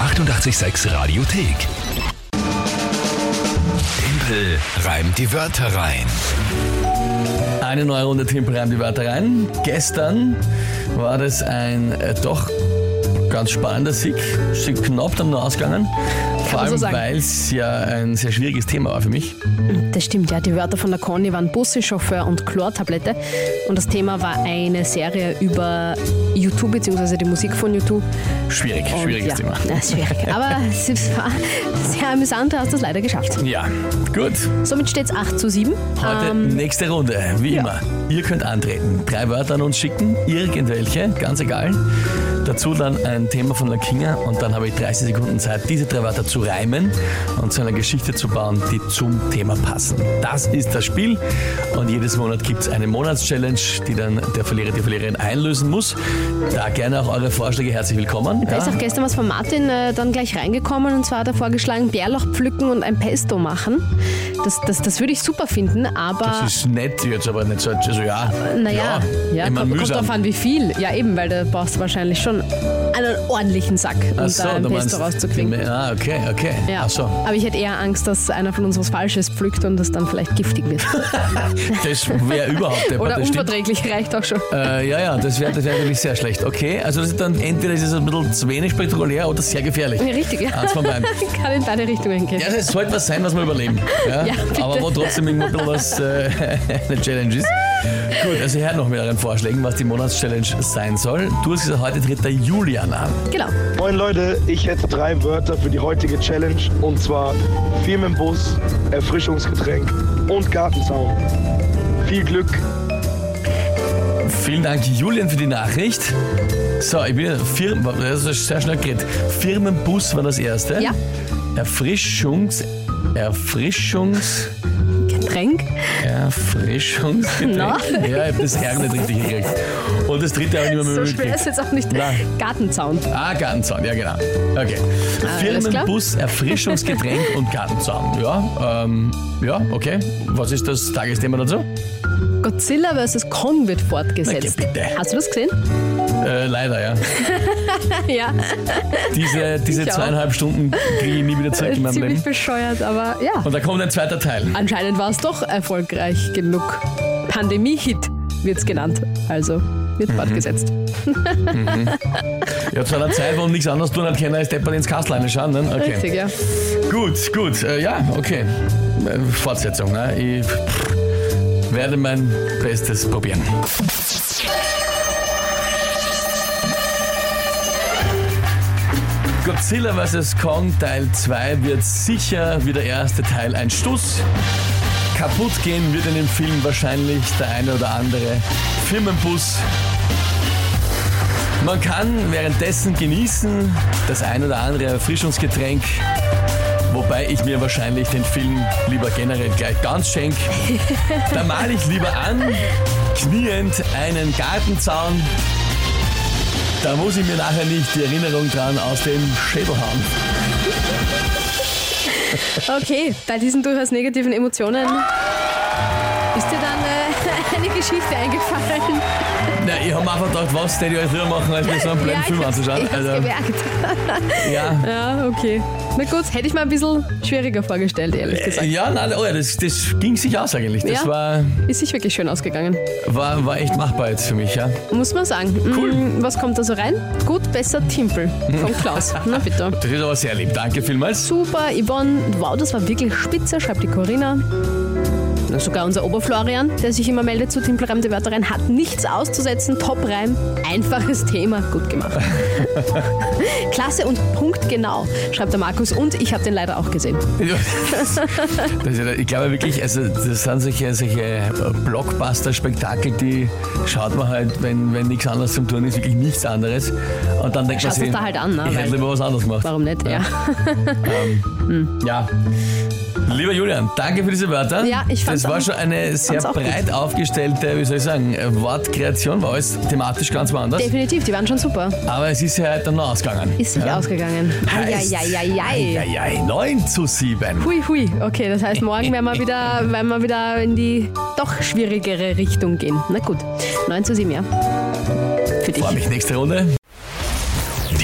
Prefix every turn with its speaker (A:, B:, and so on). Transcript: A: 886 Radiothek. Tempel reimt die Wörter rein.
B: Eine neue Runde Timpel reimt die Wörter rein. Gestern war das ein äh, doch ganz spannender Sieg. Sieg knapp dann nur ausgegangen. Vor
C: man so
B: allem,
C: sagen.
B: weil es ja ein sehr schwieriges Thema war für mich.
C: Das stimmt, ja. Die Wörter von der Conny waren Busse, Chauffeur und Chlortablette. Und das Thema war eine Serie über YouTube, beziehungsweise die Musik von YouTube.
B: Schwierig,
C: Und
B: schwieriges
C: Oh ja,
B: Thema.
C: Ja, schwierig. Aber es war sehr amüsant, du hast das leider geschafft.
B: Ja, gut.
C: Somit steht es 8 zu Ähm, 7.
B: Heute nächste Runde, wie immer. Ihr könnt antreten, drei Wörter an uns schicken, irgendwelche, ganz egal. Dazu dann ein Thema von Lakinger und dann habe ich 30 Sekunden Zeit, diese drei Wörter zu reimen und zu einer Geschichte zu bauen, die zum Thema passen. Das ist das Spiel und jedes Monat gibt es eine Monatschallenge, die dann der Verlierer, die Verliererin einlösen muss. Da gerne auch eure Vorschläge herzlich willkommen.
C: Da ist auch gestern was von Martin äh, dann gleich reingekommen und zwar hat er vorgeschlagen, Bärlauch pflücken und ein Pesto machen. Das, das, das würde ich super finden, aber
B: Das ist nett jetzt, aber nicht so, also ja,
C: naja,
B: ich mein,
C: ja, kommt, kommt
B: mühsam.
C: drauf an, wie viel. Ja eben, weil da brauchst du wahrscheinlich schon einen ordentlichen Sack, um
B: Ach so,
C: da ein
B: du
C: Pesto
B: meinst-
C: rauszukriegen.
B: Ah, okay, okay.
C: Ja,
B: Ach so.
C: aber ich hätte eher Angst, dass einer von uns was Falsches pflückt und das dann vielleicht giftig wird.
B: Das wäre überhaupt deppert,
C: Oder
B: das stimmt.
C: unverträglich, reicht auch schon.
B: Äh, ja, ja, das wäre das wär wirklich sehr schlecht. Okay, also das ist dann entweder ist es ein bisschen zu wenig spektakulär oder sehr gefährlich.
C: Ja, richtig, ja.
B: Eins von beiden.
C: Kann in beide Richtungen gehen.
B: Ah. Ja, das sollte was sein, was wir überleben. Ja?
C: Ja, bitte.
B: Aber wo trotzdem immer ein bisschen was äh, eine Challenge ist. Gut, also her noch mit euren Vorschlägen, was die Monatschallenge sein soll. Du hast gesagt, heute tritt der Julian an.
C: Genau.
D: Moin Leute, ich hätte drei Wörter für die heutige Challenge und zwar Firmenbus, Erfrischungsgetränk und Gartenzaun. Viel Glück.
B: Vielen Dank, Julian, für die Nachricht. So, ich bin ja Firmen, das ist sehr schnell geredet. Firmenbus war das erste.
C: Ja.
B: Erfrischungs, Erfrischungs,
C: Getränk.
B: Erfrischungsgetränk.
C: Na?
B: Ja, ich hab das R nicht richtig gekriegt. Und das dritte habe ich nicht mehr
C: So schwer
B: mitgekriegt.
C: ist jetzt auch nicht.
B: Nein.
C: Gartenzaun.
B: Ah, Gartenzaun, ja genau. Okay.
C: Ah, Alles klar.
B: Firmenbus, Erfrischungsgetränk und Gartenzaun. Ja, ähm, ja, okay. Was ist das Tagesthema dazu?
C: Godzilla vs. Kong wird fortgesetzt.
B: Na, geh bitte.
C: Hast du das gesehen?
B: Äh, leider, ja.
C: ja,
B: Diese, diese
C: Ich auch.
B: zweieinhalb Stunden kriege ich nie wieder zurück in meinem
C: ziemlich
B: Leben.
C: bescheuert, aber ja.
B: Und da kommt ein zweiter Teil.
C: Anscheinend war es doch erfolgreich genug. Pandemie-Hit wird es genannt. Also wird fortgesetzt.
B: Ja, zu einer Zeit, wo nichts anderes tun hat, keiner ist deppert ins Kastel reinschauen. Ne? Okay.
C: Richtig, ja.
B: Gut, gut. Äh, ja, okay. Äh, Fortsetzung. Ne? Ich pff, werde mein Bestes probieren. Godzilla vs. Kong Teil 2 wird sicher wie der erste Teil ein Stuss. Kaputt gehen wird in dem Film wahrscheinlich der eine oder andere Firmenbus. Man kann währenddessen genießen das ein oder andere Erfrischungsgetränk, wobei ich mir wahrscheinlich den Film lieber generell gleich ganz schenk. Da male ich lieber an, kniend einen Gartenzaun. Da muss ich mir nachher nicht die Erinnerung dran aus dem Schädel hauen.
C: Okay, bei diesen durchaus negativen Emotionen ist dir dann äh, eine Geschichte eingefallen.
B: Na, ich habe mir einfach gedacht, was hätte ich euch lieber machen, als mir so einen blöden
C: ich
B: Film
C: hab's, ich
B: anzuschauen. Also,
C: hab's gemerkt.
B: ja,
C: Ja, okay. Na gut, hätte ich mir ein bisschen schwieriger vorgestellt, ehrlich gesagt.
B: ja, nein, oh ja, das, das ging sich aus eigentlich. Das
C: Ja.
B: war,
C: Ist sich wirklich schön ausgegangen.
B: war, war echt machbar jetzt für mich, ja.
C: Muss man sagen. Cool. was kommt da so rein? Gut, besser Timpel von Klaus. Na bitte.
B: Das ist aber sehr lieb. Danke vielmals.
C: Super, Yvonne, wow, das war wirklich spitze, schreibt die Corinna. Na, Sogar unser Oberflorian, der sich immer meldet zu Timpelreim, die Wörter rein, hat nichts auszusetzen. Top-Reim, einfaches Thema, gut gemacht. Klasse und punktgenau, schreibt der Markus. Und ich habe den leider auch gesehen.
B: Ja, Das, das, ich glaube wirklich, also das sind solche, solche Blockbuster-Spektakel, die schaut man halt, wenn, wenn nichts anderes zum Tun ist, wirklich nichts anderes. Und dann denkt
C: Schaut
B: man sich,
C: es da halt an, ne?
B: ich
C: Weil-
B: hätte lieber was anderes gemacht.
C: Warum nicht? Ja,
B: Ja. Lieber Julian, danke für diese Wörter.
C: Ja, ich fand's
B: Das war
C: auch-
B: schon eine sehr
C: fand's auch gut.
B: breit aufgestellte, wie soll ich sagen, Wortkreation, war alles thematisch ganz woanders.
C: definitiv, die waren schon super.
B: Aber es ist ja halt dann noch ausgegangen.
C: Ist sich
B: ja.
C: ausgegangen.
B: Heißt-
C: Eieieiei.
B: Eieiei, 9 zu 7.
C: Hui, hui. Okay, das heißt, morgen werden wir wieder, werden wir wieder in die doch schwierigere Richtung gehen. Na gut, 9 zu 7, ja. Für dich.
B: Freue mich nächste Runde.